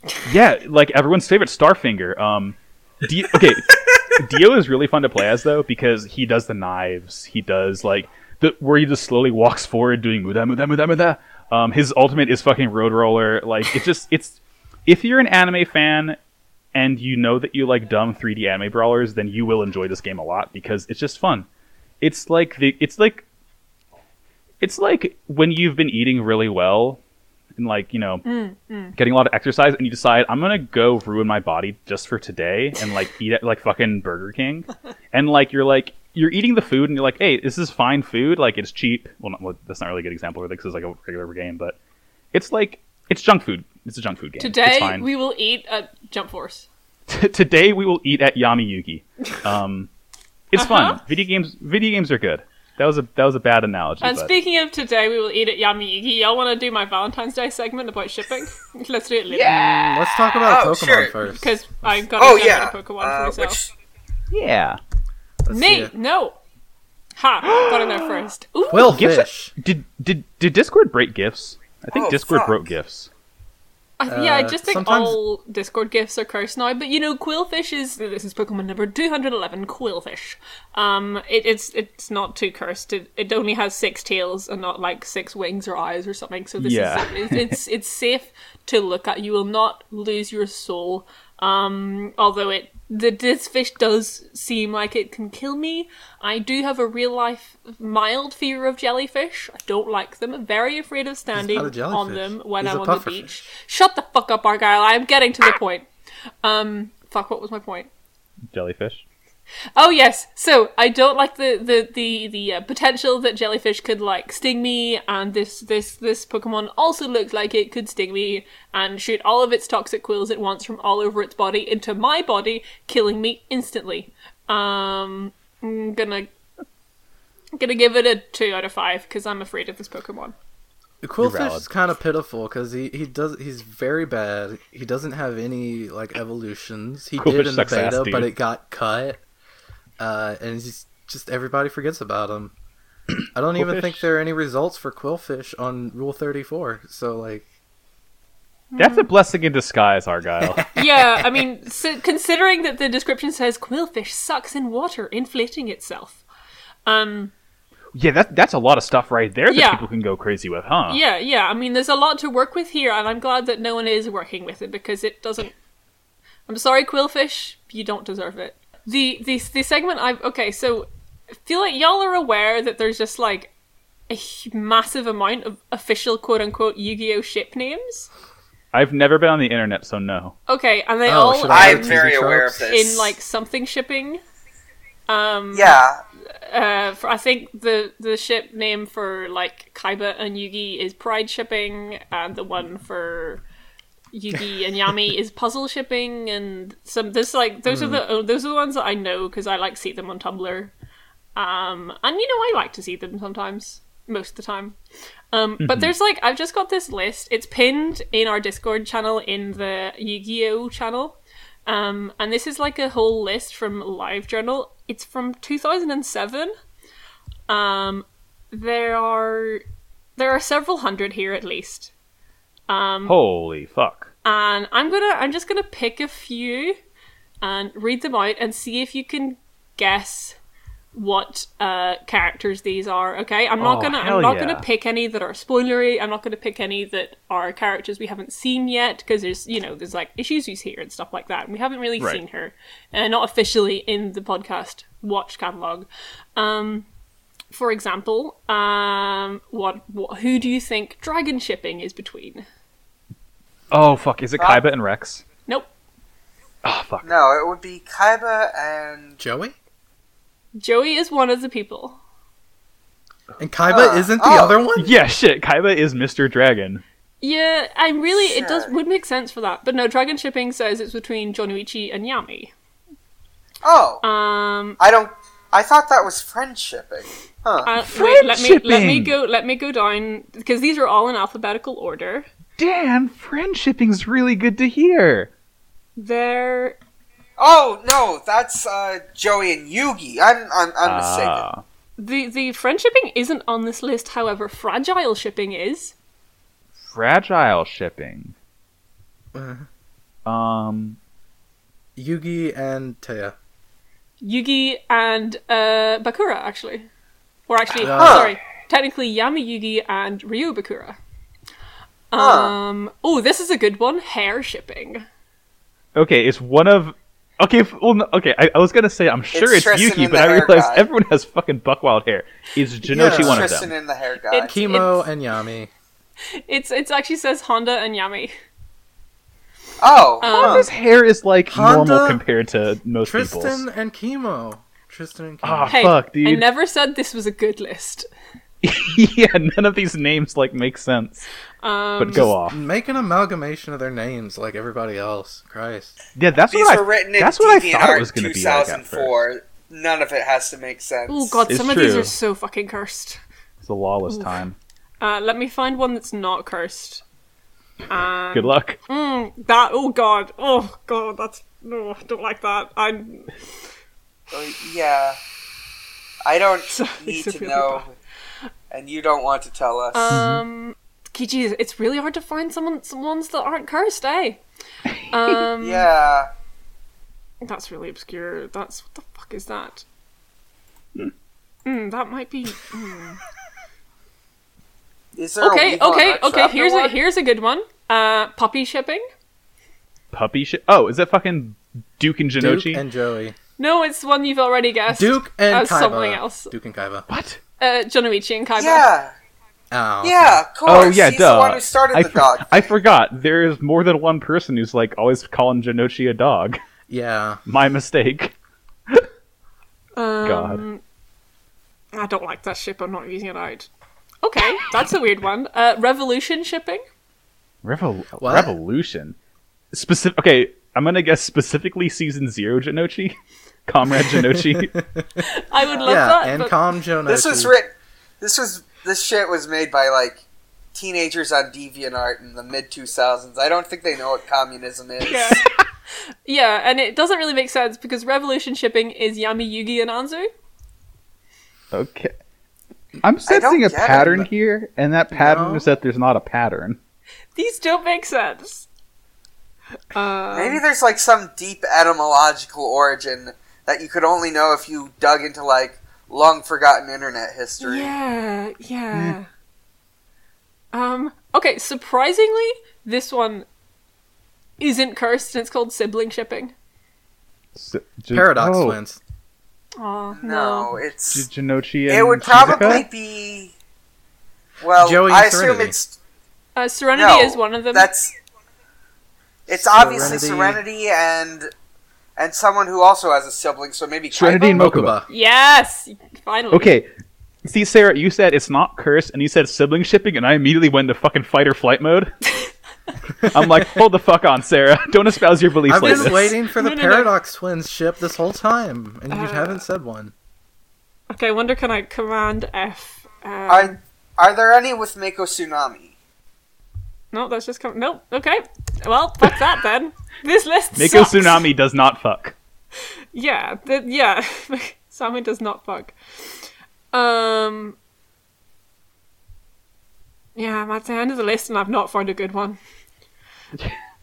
Starfinger.
yeah, like everyone's favorite Starfinger. Um, D- okay, Dio is really fun to play as though because he does the knives. He does like the where he just slowly walks forward doing muda muda muda muda. Um, his ultimate is fucking Road Roller. Like it's just it's if you're an anime fan and you know that you like dumb 3D anime brawlers, then you will enjoy this game a lot because it's just fun. It's like the it's like it's like when you've been eating really well and like you know
Mm,
getting a lot of exercise and you decide i'm gonna go ruin my body just for today and like eat at like fucking burger king and like you're like you're eating the food and you're like hey this is fine food like it's cheap well, not, well that's not really a good example because it's like a regular game but it's like it's junk food it's a junk food game it's
Today
fine.
we will eat at Jump Force.
today we will eat at yami yugi um it's
Uh-huh.
fun video games video games are good that was a that was a bad analogy
And
but
speaking of today, we will eat at Yami Yugi. Y'all want to do my Valentine's Day segment about shipping? Let's do it later.
Mm, Let's talk about
Oh,
Pokemon
sure.
first.
Because I've got
Oh
a yeah.
yeah,
Pokemon for
uh,
myself.
which
yeah
Let's see
Nate,
it.
no. Ha, got in there first. Ooh,
Will
Gifts-
Fish.
Did did did Discord break gifts? I think
Oh,
Discord
fuck.
broke gifts.
I- yeah, I
uh,
just think
sometimes-
all Discord gifts are cursed now. But you know, Quillfish is this is Pokemon number two hundred eleven. Quillfish. Um, it, it's it's not too cursed. It, it only has six tails and not like six wings or eyes or something. So this
Yeah.
is it's, it's it's safe to look at. You will not lose your soul. Um, although it the this fish does seem like it can kill me. I do have a real life mild fear of jellyfish. I don't like them. I'm very afraid of standing
not a
on
jellyfish.
them when
He's
I'm
a
on the
pufferfish.
beach. Shut the fuck up, Argyle. I'm getting to the point. Um, fuck, what was my point?
Jellyfish.
Oh yes, so I don't like the the the the uh, potential that jellyfish could like sting me, and this this this Pokemon also looks like it could sting me and shoot all of its toxic quills at once from all over its body into my body, killing me instantly. Um, I'm gonna gonna give it a two out of five because I'm afraid of this Pokemon.
Quillfish
valid.
is kind of pitiful because he, he does he's very bad. He doesn't have any like evolutions. He
Quillfish
did in the
sucks ass,
beta,
dude.
but it got cut, uh, and he's just, just everybody forgets about him. I don't even think
Quillfish-
there are any results for Quillfish on Rule Thirty Four. So like,
Hmm.
That's a blessing in disguise, Argyle.
yeah, I mean, so considering that the description says quillfish sucks in water, inflating itself. Um,
yeah, that that's a lot of stuff right there that
Yeah.
people can go crazy with, huh?
yeah, yeah. I mean, there's a lot to work with here, and I'm glad that no one is working with it because it doesn't. I'm sorry, quillfish, you don't deserve it. The the the segment I've okay, so I feel like y'all are aware that there's just like a hu- massive amount of official quote unquote Yu-Gi-Oh ship names.
I've never been on the internet, so no.
Okay, and they
Oh,
all
should I
are
I'm very aware of
tropes.
this.
in like something shipping. Um,
yeah,
uh, for, I think the the ship name for like Kaiba and Yugi is Pride Shipping, and the one for Yugi and Yami is Puzzle Shipping, and some this like those are the oh, those are the ones that I know because I like see them on Tumblr, um, and you know I like to see them sometimes, most of the time. Um, But there's like I've just got this list. It's pinned in our Discord channel in the Yu-Gi-Oh channel. Um, and this is like a whole list from LiveJournal. It's from 2007. Um, there are there are several hundred here at least, Um,
Holy fuck.
and I'm gonna I'm just gonna pick a few and read them out and see if you can guess what uh, characters these are. Okay, I'm not
Oh,
gonna
hell
I'm not
yeah.
gonna pick any that are spoilery. I'm not gonna pick any that are characters we haven't seen yet because there's you know there's like issues here and stuff like that. And we haven't really
Right.
seen her, uh, not officially in the podcast watch catalog. Um, for example, um, what, what who do you think dragon shipping is between?
Oh fuck, is it Kaiba and Rex?
Nope.
Oh fuck.
no, it would be Kaiba and
Joey
Joey is one of the people.
and Kaiba
Uh,
isn't the
oh.
other one.
Yeah, shit. Kaiba is Mr. Dragon.
Yeah, I really it does
Sure.
would make sense for that. But no, Dragon Shipping says it's between Jonuichi and Yami.
oh,
Um
I don't. I thought that was friendshipping. Huh.
uh, wait, let me let me
Friendshipping.
go let me go down because these are all in alphabetical order.
Dan, friendshipping's really good to hear.
There.
Oh no, that's uh, Joey and Yugi. I'm I'm, I'm mistaken.
Ah,
The, the friendshipping isn't on this list, however, fragile shipping is.
fragile shipping.
Uh,
Um,
Yugi and Taya.
Yugi and uh, Bakura, actually. Or actually,
Ah.
sorry, technically Yami Yugi and Ryu Bakura. Um, Oh, this is a good one. Hair shipping.
okay, it's one of. Okay, if, well, no, okay. I, I was gonna say I'm sure it's,
Tristan
Yuki,
and
but
the
I
hair
realized
guy.
everyone has fucking buckwild hair. Is Jinochi
Yeah.
one of
Tristan
them?
and the hair guy.
It's-
Kimo and Yami.
It's it's actually says Honda and Yami.
oh,
Um,
His hair is like normal
Honda,
compared to most
Tristan
people's.
and Kimo. Tristan and Kimo.
Ah,
Hey,
fuck,
I
dude.
never said this was a good list.
yeah, none of these names like make sense.
Um,
But go off.
Make an amalgamation of their names like everybody else. Christ.
Yeah, that's
these
what
were
I,
written in
that's what I thought it
DeviantArt
was going to be like at first.
2004. None of it has to make sense.
Oh god,
It's
some of these
true.
are so fucking cursed.
It's a lawless time.
Uh, let me find one that's not cursed.
Good luck.
That oh god, oh god, that's no, I don't like that. I
Uh, yeah, I don't need
so
to
feel
know, and you don't want to tell us.
um, gee, geez, it's really hard to find someone some ones that aren't cursed, eh? Um,
yeah,
that's really obscure. That's what the fuck is that?
Hmm.
Mm, that might be
is there
okay.
a Weevil
Okay,
Nut
okay.
Trapper
Here's a
one?
here's a good one. Uh, puppy shipping.
Puppy shit. Oh, is that fucking Duke and
Duke
Jinochi?
and Joey.
No, it's one you've already guessed.
Duke and
As
Kaiba.
something else.
Duke and Kaiba.
what?
uh, Jonoichi and Kaiba.
Yeah,
Oh, okay.
yeah, of course.
Oh yeah,
He's
duh.
the one who started
I,
the
for-
dog.
I forgot. There is more than one person who's like always calling Jinochi a dog.
Yeah.
My mistake.
Um,
God.
I don't like that ship. I'm not using it out. Okay, that's a weird one. Uh, Revolution shipping.
Revol-
What?
Revolution. Specific. Okay, I'm gonna guess specifically season zero Jinochi, Comrade Jinochi.
I would love
yeah,
that.
and
but
Calm Jonas.
This was written. This was this shit was made by like teenagers on DeviantArt in the mid 2000s. I don't think they know what communism is.
yeah. yeah, and it doesn't really make sense because Revolution shipping is Yami Yugi and Anzu.
okay. I'm sensing a
get it,
pattern
but-
here, and that pattern
No.
is that there's not a pattern.
These don't make sense. Uh,
Maybe there's like some deep etymological origin that you could only know if you dug into like long forgotten internet history.
yeah, yeah. Um. Okay. Surprisingly, this one isn't cursed, and it's called sibling shipping.
S- J-
Paradox
oh,
wins.
Oh
No, it's
J- Jinochi and
it would
Shizuka?
probably be. Well,
Joey
I
and
assume
Serenity.
it's
Uh, Serenity
no.
is one of them.
That's it's obviously
Serenity.
Serenity and and someone who also has a sibling. So maybe
Serenity and
Kaiba?
Mokuba.
Oh, Mokuba.
Yes, finally.
Okay. See, Sarah, you said it's not cursed, and you said sibling shipping, and I immediately went into fucking fight or flight mode. I'm like, hold the fuck on, Sarah. Don't espouse your beliefs
I've
like
been
this.
waiting for the
No, no, no.
Paradox Twins ship this whole time, and you
Uh,
haven't said one.
Okay. I wonder can I command F? Um,
Are are there any with Mako Tsunami?
No, that's just com- no. Okay. Well, fuck that then. This list.
Mako
sucks.
Tsunami does not fuck.
Yeah. th- yeah. Sammy does not fuck. Um. Yeah, I'm at the end of the list, and I've not found a good one.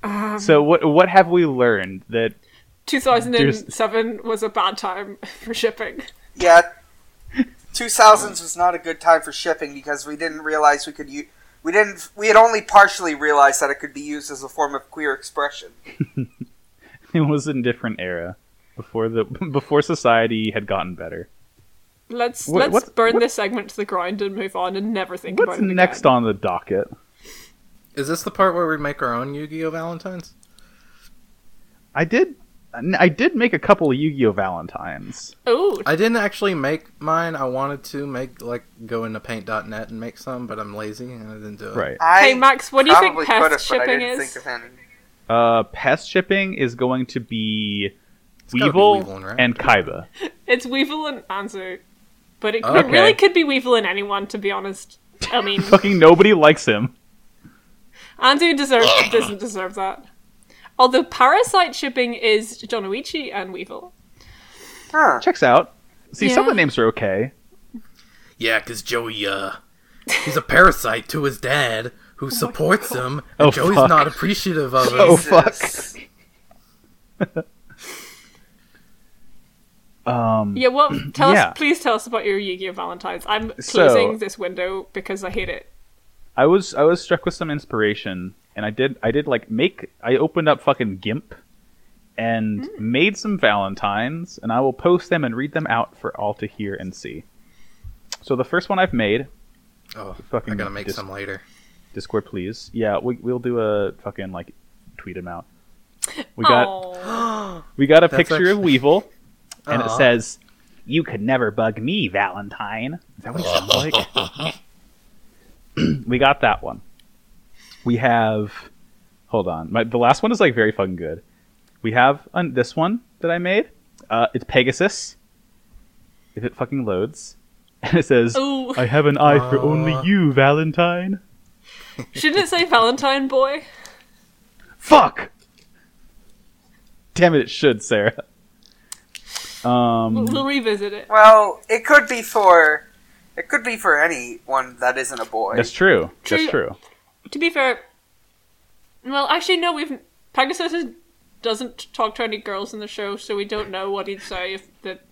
Um,
So what what have we learned that
2007 was a bad time for shipping.
Yeah, two thousands was not a good time for shipping because we didn't realize we could use. We didn't. We had only partially realized that it could be used as a form of queer expression.
it was a different era before the before society had gotten better?
Let's
What-
let's
what's-
burn
what-
this segment to the ground and move on and never think
What's
about it
next
again.
on the docket?
Is this the part where we make our own Yu-Gi-Oh Valentines?
I did I did make a couple of Yu-Gi-Oh Valentines.
Oh,
I didn't actually make mine. I wanted to make like go into Paint.net and make some, but I'm lazy and I didn't do it.
Right.
I
hey Max, what do you think
probably could
pest
have, but I
shipping
didn't
is?
think of any.
Uh, pest shipping is going to be
gotta be
Weevil,
Weevil and Rattata.
and Kaiba.
It's Weevil and Anzu, but it,
Okay.
it really could be Weevil and anyone, to be honest. I mean,
Fucking nobody likes him.
Andu deserves doesn't deserve that. Although parasite shipping is Jonoichi and Weevil.
Huh.
Checks out. See, some of
Yeah.
the names are okay.
Yeah, because Joey, uh, he's a parasite to his dad who supports him, and
Oh,
Joey's
fuck.
not appreciative of it.
Oh, fuck.
Jesus.
Um,
Yeah, well, tell
Yeah.
us, please tell us about your Yu-Gi-Oh Valentines. I'm
So-
closing this window because I hate it.
I was I was struck with some inspiration, and I did I did like make I opened up fucking GIMP, and
Hmm.
made some valentines, and I will post them and read them out for all to hear and see. So the firest one I've made,
Oh,
Fucking
I gotta make
dis-
some later.
Discord please, yeah, we, we'll do a fucking like tweet them out. We got
Aw.
we got a
That's
picture of
actually-
Weevil, and it
Aw.
says, "You could never bug me, Valentine." Is that what it sounds like? we got that one. We have. Hold on, My, the last one is like very fucking good. We have an, this one that I made. Uh, it's Pegasus. If it fucking loads, and it says,
Ooh.
"I have an eye for only
Aw.
you, Valentine."
Shouldn't it say Valentine boy?
Fuck! Damn it! It should, Sarah. Um.
We'll, we'll revisit it.
Well, it could be for it could be for anyone that isn't a boy.
That's true. That's
True.
true.
To be fair, well, actually, no. We've Pegasus is, doesn't talk to any girls in the show, so we don't know what he'd say if that.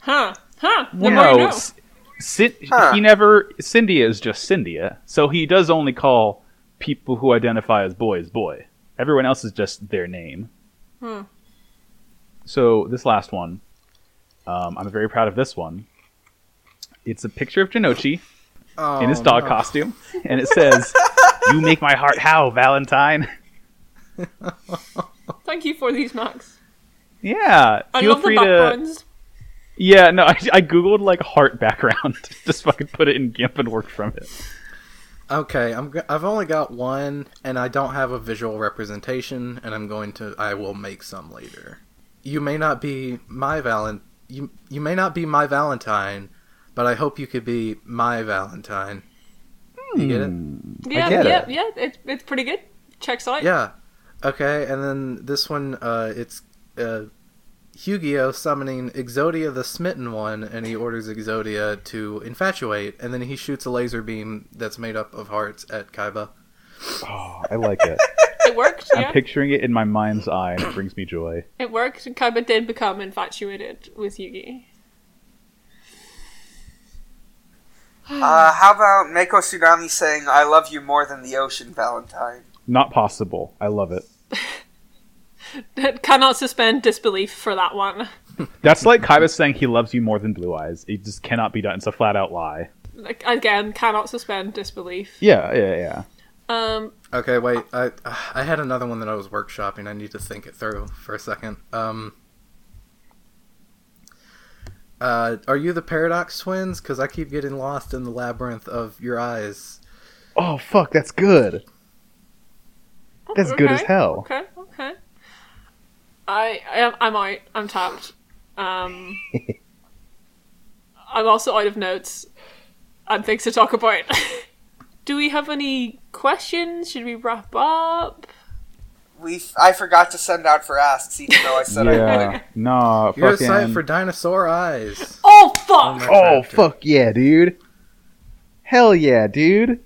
Huh? Huh?
Well,
Nobody
no,
knows.
S- Cin-
Huh.
he never. Cindy is just Cyndia, so he does only call people who identify as boy as boy. Everyone else is just their name.
Hmm.
So this last one, um, I'm very proud of this one. It's a picture of Janochi
Oh,
in his dog
no.
costume, and it says, "You make my heart howl, Valentine."
Thank you for these knocks.
Yeah,
I
feel
love the
free to.
backgrounds.
Yeah, no, I, I googled like heart background, just fucking put it in GIMP and worked from it.
Okay, I'm. go- I've only got one, and I don't have a visual representation, and I'm going to. I will make some later. You may not be my valent. You you may not be my Valentine, but I hope you could be my Valentine. You get it?
Yeah,
get
yeah,
it.
yeah. It's it's pretty good. Checks out.
Yeah. Okay, and then this one, uh, it's uh, Yu-Gi-Oh summoning Exodia the Smitten One, and he orders Exodia to infatuate, and then he shoots a laser beam that's made up of hearts at Kaiba.
Oh, I like it.
It worked. Yeah,
I'm picturing it in my mind's eye, and it brings me joy.
it worked. And Kaiba did become infatuated with Yugi.
Uh, how about Mako Tsunami saying "I love you more than the ocean, Valentine"?
Not possible. I love it.
Cannot suspend disbelief for that one.
That's like Kaiba saying he loves you more than Blue Eyes. It just cannot be done. It's a flat out lie.
Like again, cannot suspend disbelief.
Yeah, yeah, yeah.
Um,
Okay, wait. I I had another one that I was workshopping. I need to think it through for a second. Um, uh, are you the Paradox Twins? Because I keep getting lost in the labyrinth of your eyes.
Oh fuck, that's good. That's good as
okay,
hell.
Okay, okay. I, I am- I'm out. I'm tapped. Um, I'm also out of notes and things to talk about. Do we have any questions? Should we wrap up?
We f- I forgot to send out for asks, even though I said I would.
Yeah. Nah,
You're
fucking.
a sight for dinosaur eyes.
Oh fuck!
oh fuck yeah, dude. Hell yeah, dude.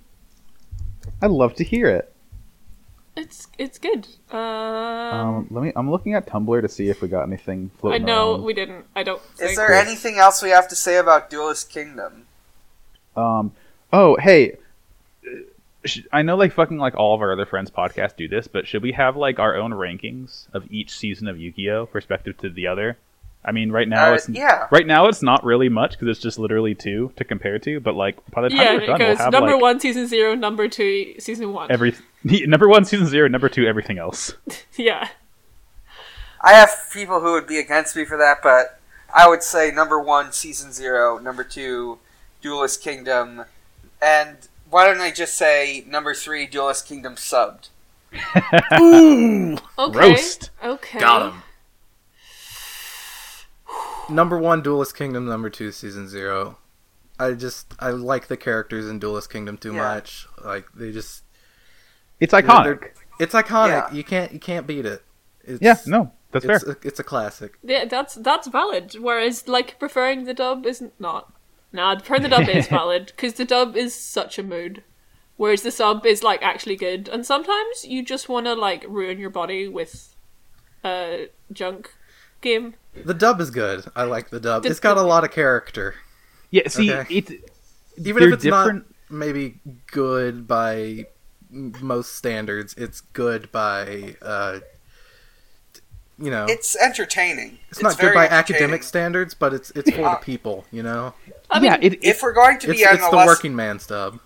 I love to hear it.
It's it's good. Um,
Um, let me. I'm looking at Tumblr to see if we got anything
I
floating.
know
around.
we didn't. I don't.
Is
Think.
there anything else we have to say about Duelist Kingdom?
Um. Oh, hey. uh, sh- I know, like fucking, like all of our other friends' podcasts do this, but should we have like our own rankings of each season of Yu-Gi-Oh, respective to the other? I mean, right now
Uh,
it's
yeah.
right now it's not really much because it's just literally two to compare to. But like by the time
Yeah,
we're done,
it
we'll
goes
have
number
like
one season zero, number two season one.
every number one season zero, number two everything else.
yeah.
I have people who would be against me for that, but I would say number one, season zero, number two, Duelist Kingdom, and why don't I just say number three, Duelist Kingdom subbed?
Okay.
Roast.
Okay.
Got him. Number one, Duelist Kingdom. Number two, Season Zero. I just I like the characters in Duelist Kingdom too
Yeah.
much. Like they just
It's
They're-
iconic.
It's iconic.
Yeah.
You can't you can't beat it. It's,
Yeah, no, that's fair.
it's a, it's a classic.
Yeah, that's that's valid. Whereas like preferring the dub isn't not. Nah, preferring the dub is valid because the dub is such a mood. Whereas the sub is like actually good, and sometimes you just want to like ruin your body with a junk game.
The dub is good. I like the dub.
The-
it's got a lot of character.
Yeah, see,
Okay.
it's
Even
They're
if it's
different-
not maybe good by m- most standards, it's good by uh t- you know, it's,
It's entertaining. It's,
Oh. not good
very
by
entertaining.
academic standards, but it's it's for the people, you know.
I
yeah,
mean,
it, it
If we're going to be
It's,
on
it's
a
the
less,
working man's dub.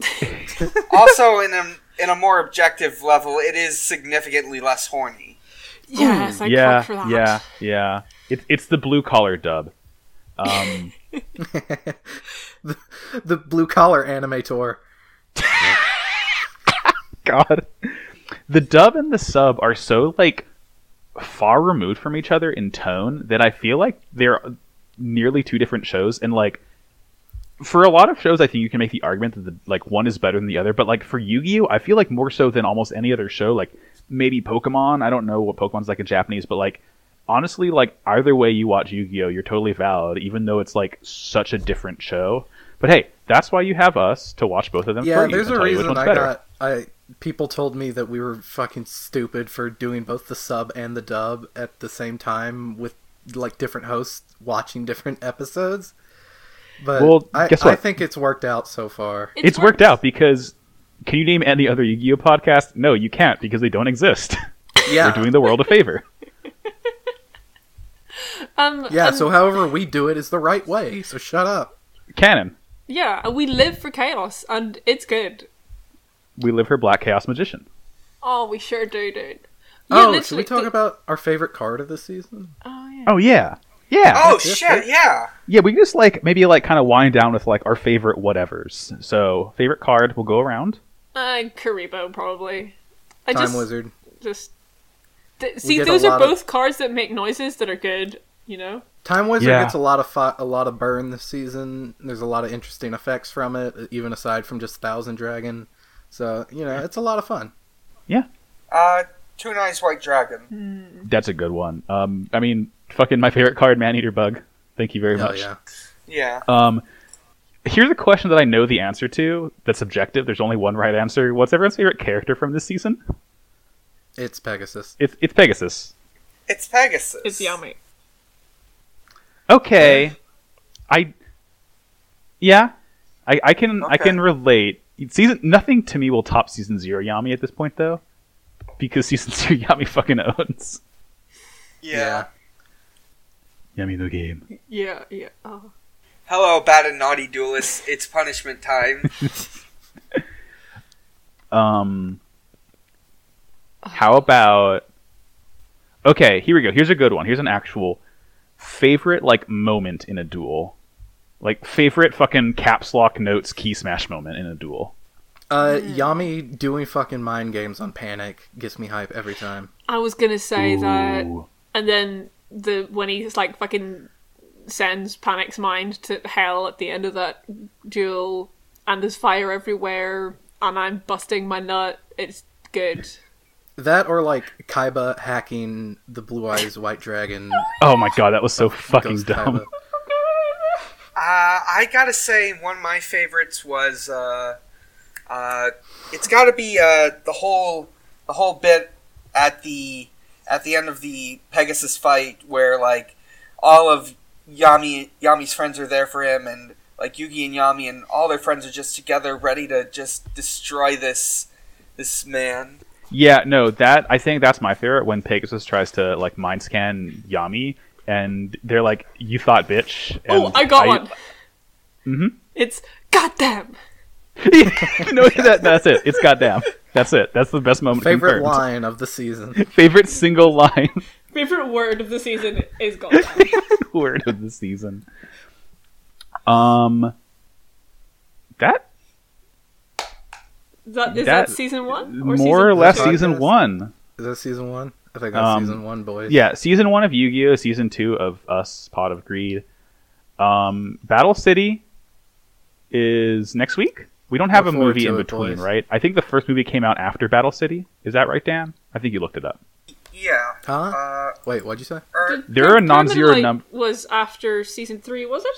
also in a in a more objective level, it is significantly less horny.
yes, I
yeah,
yeah, for that.
yeah, yeah. It's it's the blue collar dub. Um,
the, the blue collar anime tour.
God, the dub and the sub are so like far removed from each other in tone that I feel like they're nearly two different shows. And like for a lot of shows, I think you can make the argument that the, like one is better than the other. But like for Yu Gi Oh, I feel like more so than almost any other show. Like maybe Pokemon. I don't know what Pokemon's like in Japanese, but like. Honestly, like either way you watch Yu-Gi-Oh, you're totally valid, even though it's like such a different show. But hey, that's why you have us to watch both of them. for
Yeah,
you
there's
and
a
tell you which
reason
one's
I
better.
got I people told me that we were fucking stupid for doing both the sub and the dub at the same time with like different hosts watching different episodes. But
Well,
I,
guess
I
what?
think it's worked out so far.
it's, worked out because can you name any other Yu-Gi-Oh podcast? No, you can't because they don't exist.
Yeah.
We're doing the world a favor.
Um,
yeah,
and-
so however we do it is the right way. So shut up.
Canon,
yeah, and we live for chaos, and it's good.
we live her black chaos magician.
Oh, we sure do, dude.
Oh,
Yeah,
should we
literally,
talk
the-
about our favorite card of the season?
Oh yeah.
Oh yeah, yeah,
Oh
that's
shit!
different.
Yeah,
yeah. We can just like maybe like kind of wind down with like our favorite whatevers. So favorite card, we'll go around.
Uh, Karibo probably. I
Time
just,
Wizard.
just th- see
get a
those are
lot of-
both cards that make noises that are good you know
Time Wizard
Yeah.
gets a lot of fi- a lot of burn this season. There's a lot of interesting effects from it, even aside from just Thousand Dragon. So you know, it's a lot of fun.
uh, Two Eyes White Dragon.
That's a good one. Um, I mean, fucking my favorite card, man eater bug. Thank you very
Hell
much.
yeah!
Yeah,
Um, here's a question that I know the answer to. That's subjective. There's only one right answer. What's everyone's favorite character from this season?
It's Pegasus.
It's it's Pegasus.
it's Pegasus.
it's yummy
okay i yeah i, I can i
Okay.
can relate season nothing to me will top season zero yami at this point though because season zero yami fucking owns
Yeah.
yami the game
yeah yeah oh.
Hello, bad and naughty duelists. It's punishment time.
um how about okay here we go here's a good one here's an actual favorite like moment in a duel like favorite fucking caps lock notes key smash moment in a duel
Uh, Yami doing fucking mind games on Panic gets me hype every time.
i was gonna say that
Ooh.
and then the when he's like fucking sends panic's mind to hell at the end of that duel and there's fire everywhere and i'm busting my nut it's good
That or like Kaiba hacking the Blue Eyes White Dragon.
oh my god that was so fucking
Ghost
dumb
Kaiba.
Uh, I gotta say, one of my favorites was uh, uh, it's gotta be uh, the whole the whole bit at the at the end of the Pegasus fight where like all of Yami Yami's friends are there for him and like Yugi and Yami and all their friends are just together ready to just destroy this this man.
Yeah, no, that I think that's my favorite when Pegasus tries to like mind scan Yami, and they're like, "You thought, bitch." And
oh i got one
Mhm.
it's goddamn
no, that, that's it. It's goddamn. That's it. That's the best moment.
Favorite
confirmed.
line of the season.
Favorite single line
favorite word of the season is goddamn
word of the season. Um, that
Is that, is that,
That-
season one?
more
season
or less
two?
Podcast?
season one.
Is that season one? I think that's
Um,
season one, boys.
Yeah, season one of Yu Gi Oh, season two of Us Pot of Greed. Um, Battle City is next week. We don't have
Look
a
forward
movie
to
in
it,
between,
boys.
right? I think the first movie came out after Battle City. Is that right, Dan? I think you looked it up.
Yeah.
Huh?
Uh,
Wait, what'd you say?
Oh,
or,
Did-
There are
Diamond
non-zero
Light
num-
Was after season three, was it?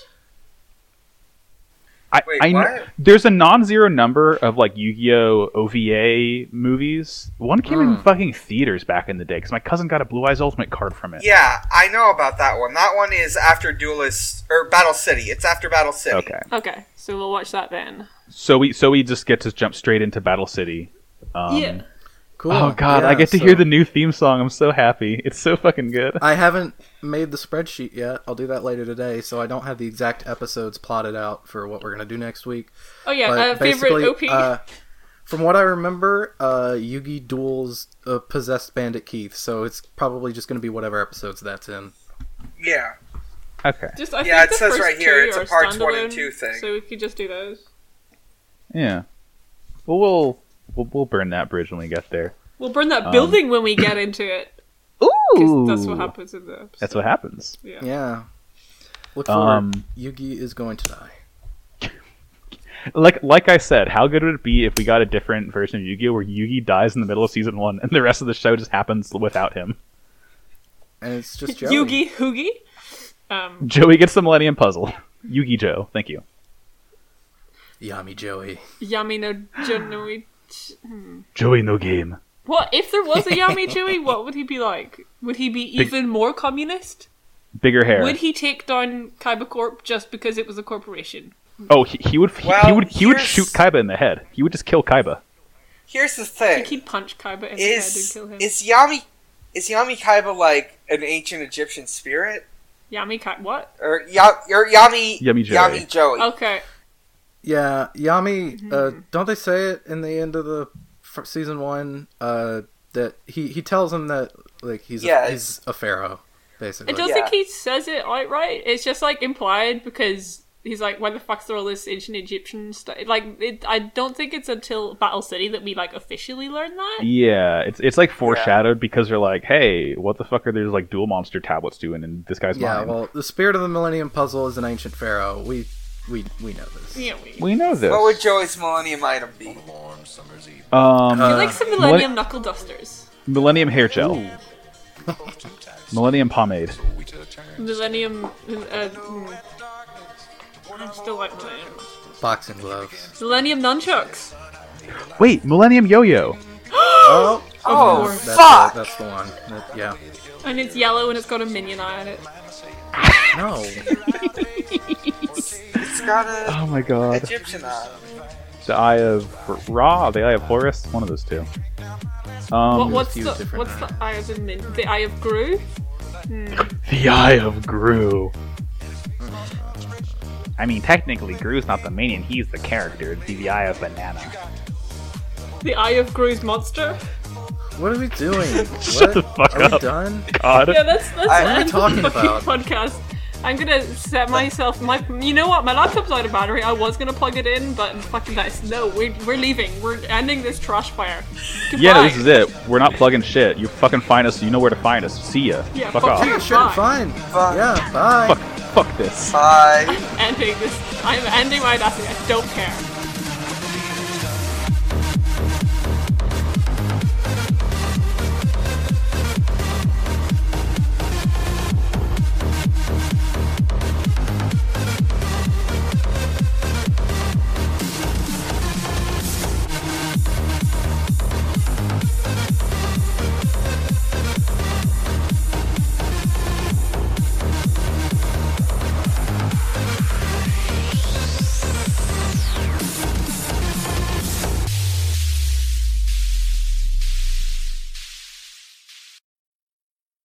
I,
Wait,
I kn-
what?
there's a non-zero number of like Yu-Gi-Oh OVA movies. One came
Hmm.
in fucking theaters back in the day because my cousin got a Blue Eyes Ultimate card from it.
yeah, I know about that one. That one is after Duelist or Battle City. It's after Battle City.
Okay,
Okay, so we'll watch that then.
so we so we just get to jump straight into Battle City. Um,
yeah.
Cool.
Oh god, I
Yeah,
get to
so-
hear the new theme song. I'm so happy. It's so fucking good.
I haven't made the spreadsheet yet. I'll do that later today, so I don't have the exact episodes plotted out for what we're gonna do next week.
Oh yeah,
But
uh, favorite
basically,
OP.
uh, from what I remember, uh, Yugi duels uh, possessed Bandit Keith, so it's probably just going to be whatever episodes that's in.
Yeah.
Okay.
just, I
yeah,
think
it
the
says
first
right here,
two
it's a
are
parts one and
standalone,
two thing.
So we could just do those.
Yeah. Well, we'll we'll, we'll burn that bridge when we get there.
We'll burn that building when we get into it. 'cause
Um, Ooh.
that's what happens in the. Episode.
That's what happens.
Yeah.
Yeah. Look forward.
Um,
Yugi is going to die.
like like I said, how good would it be if we got a different version of Yu-Gi-Oh where Yugi dies in the middle of season one and the rest of the show just happens without him?
And it's just Joey.
Yugi Hoogie. Um,
Joey gets the Millennium Puzzle. Yugi Joe, thank you.
Yami Joey.
Yami no Junoi.
Joey no game.
What if there was a Yami Chewy? What would he be like? Would he be
Big-
even more communist?
Bigger hair.
Would he take down Kaiba Corp just because it was a corporation?
oh, he, he would he, he
Well,
would he would
here's-
shoot Kaiba in the head. He would just kill Kaiba.
Here's the
Like
thing:
he'd punch Kaiba in
is
the head and kill him.
is Yami is Yami Kaiba like an ancient Egyptian spirit
Yami Kai what?
or, ya, or Yami
Yami Joey.
Yami Joey?
Okay.
Yeah, Yami. Uh, don't they say it in the end of the f- season one uh, that he he tells him that like he's
Yeah,
a, he's a pharaoh basically.
I don't
Yeah.
think he says it outright. It's just like implied because he's like, why the fuck's there all this ancient Egyptian stuff? Like, it, I don't think it's until Battle City that we like officially learn that.
Yeah, it's it's like foreshadowed because they're like, hey, what the fuck are these like dual monster tablets doing in this guy's
yeah,
mind?
well, the spirit of the Millennium Puzzle is an ancient pharaoh. We we we know this.
Yeah, we,
we know this.
What would Joey's Millennium Item be?
um,
We like some Millennium Knuckle Dusters,
Millennium hair gel, Millennium pomade.
Millennium. Uh, hmm, I still like Millennium.
Boxing gloves.
Millennium Nunchucks.
Wait, Millennium yo-yo.
oh,
Oh,
course.
that's
fuck!
The, that's the one. That- yeah.
And it's yellow and it's got a minion eye on it.
No.
It's got a
Oh my god.
Egyptian eye.
The Eye of Ra, the Eye of Horus, one of those two.
What,
Um,
what's
few
the
different
what's the eye of the min- the eye of Gru?
the Eye of Gru. I mean, technically, Gru's not the minion; he's the character. It'd be the Eye of Banana.
The eye of Gru's monster.
What are we doing? What?
Shut the fuck
are we
up.
done?
God,
Yeah, that's that's the
I- What
are we
end of
talking
the fucking
about?
podcast. I'm gonna set myself my. You know what? My laptop's out of battery. I was gonna plug it in, but fucking dice. No, we're we're leaving. We're ending this trash fire. Goodbye.
yeah, no, this is it. We're not plugging shit. You fucking find us. You know where to find us. See ya.
Yeah,
fuck
fuck
off.
you.
Yeah, sure, fine.
Fuck.
Yeah, bye.
Fuck, fuck this.
Bye.
ending this. I'm ending my audacity. I don't care.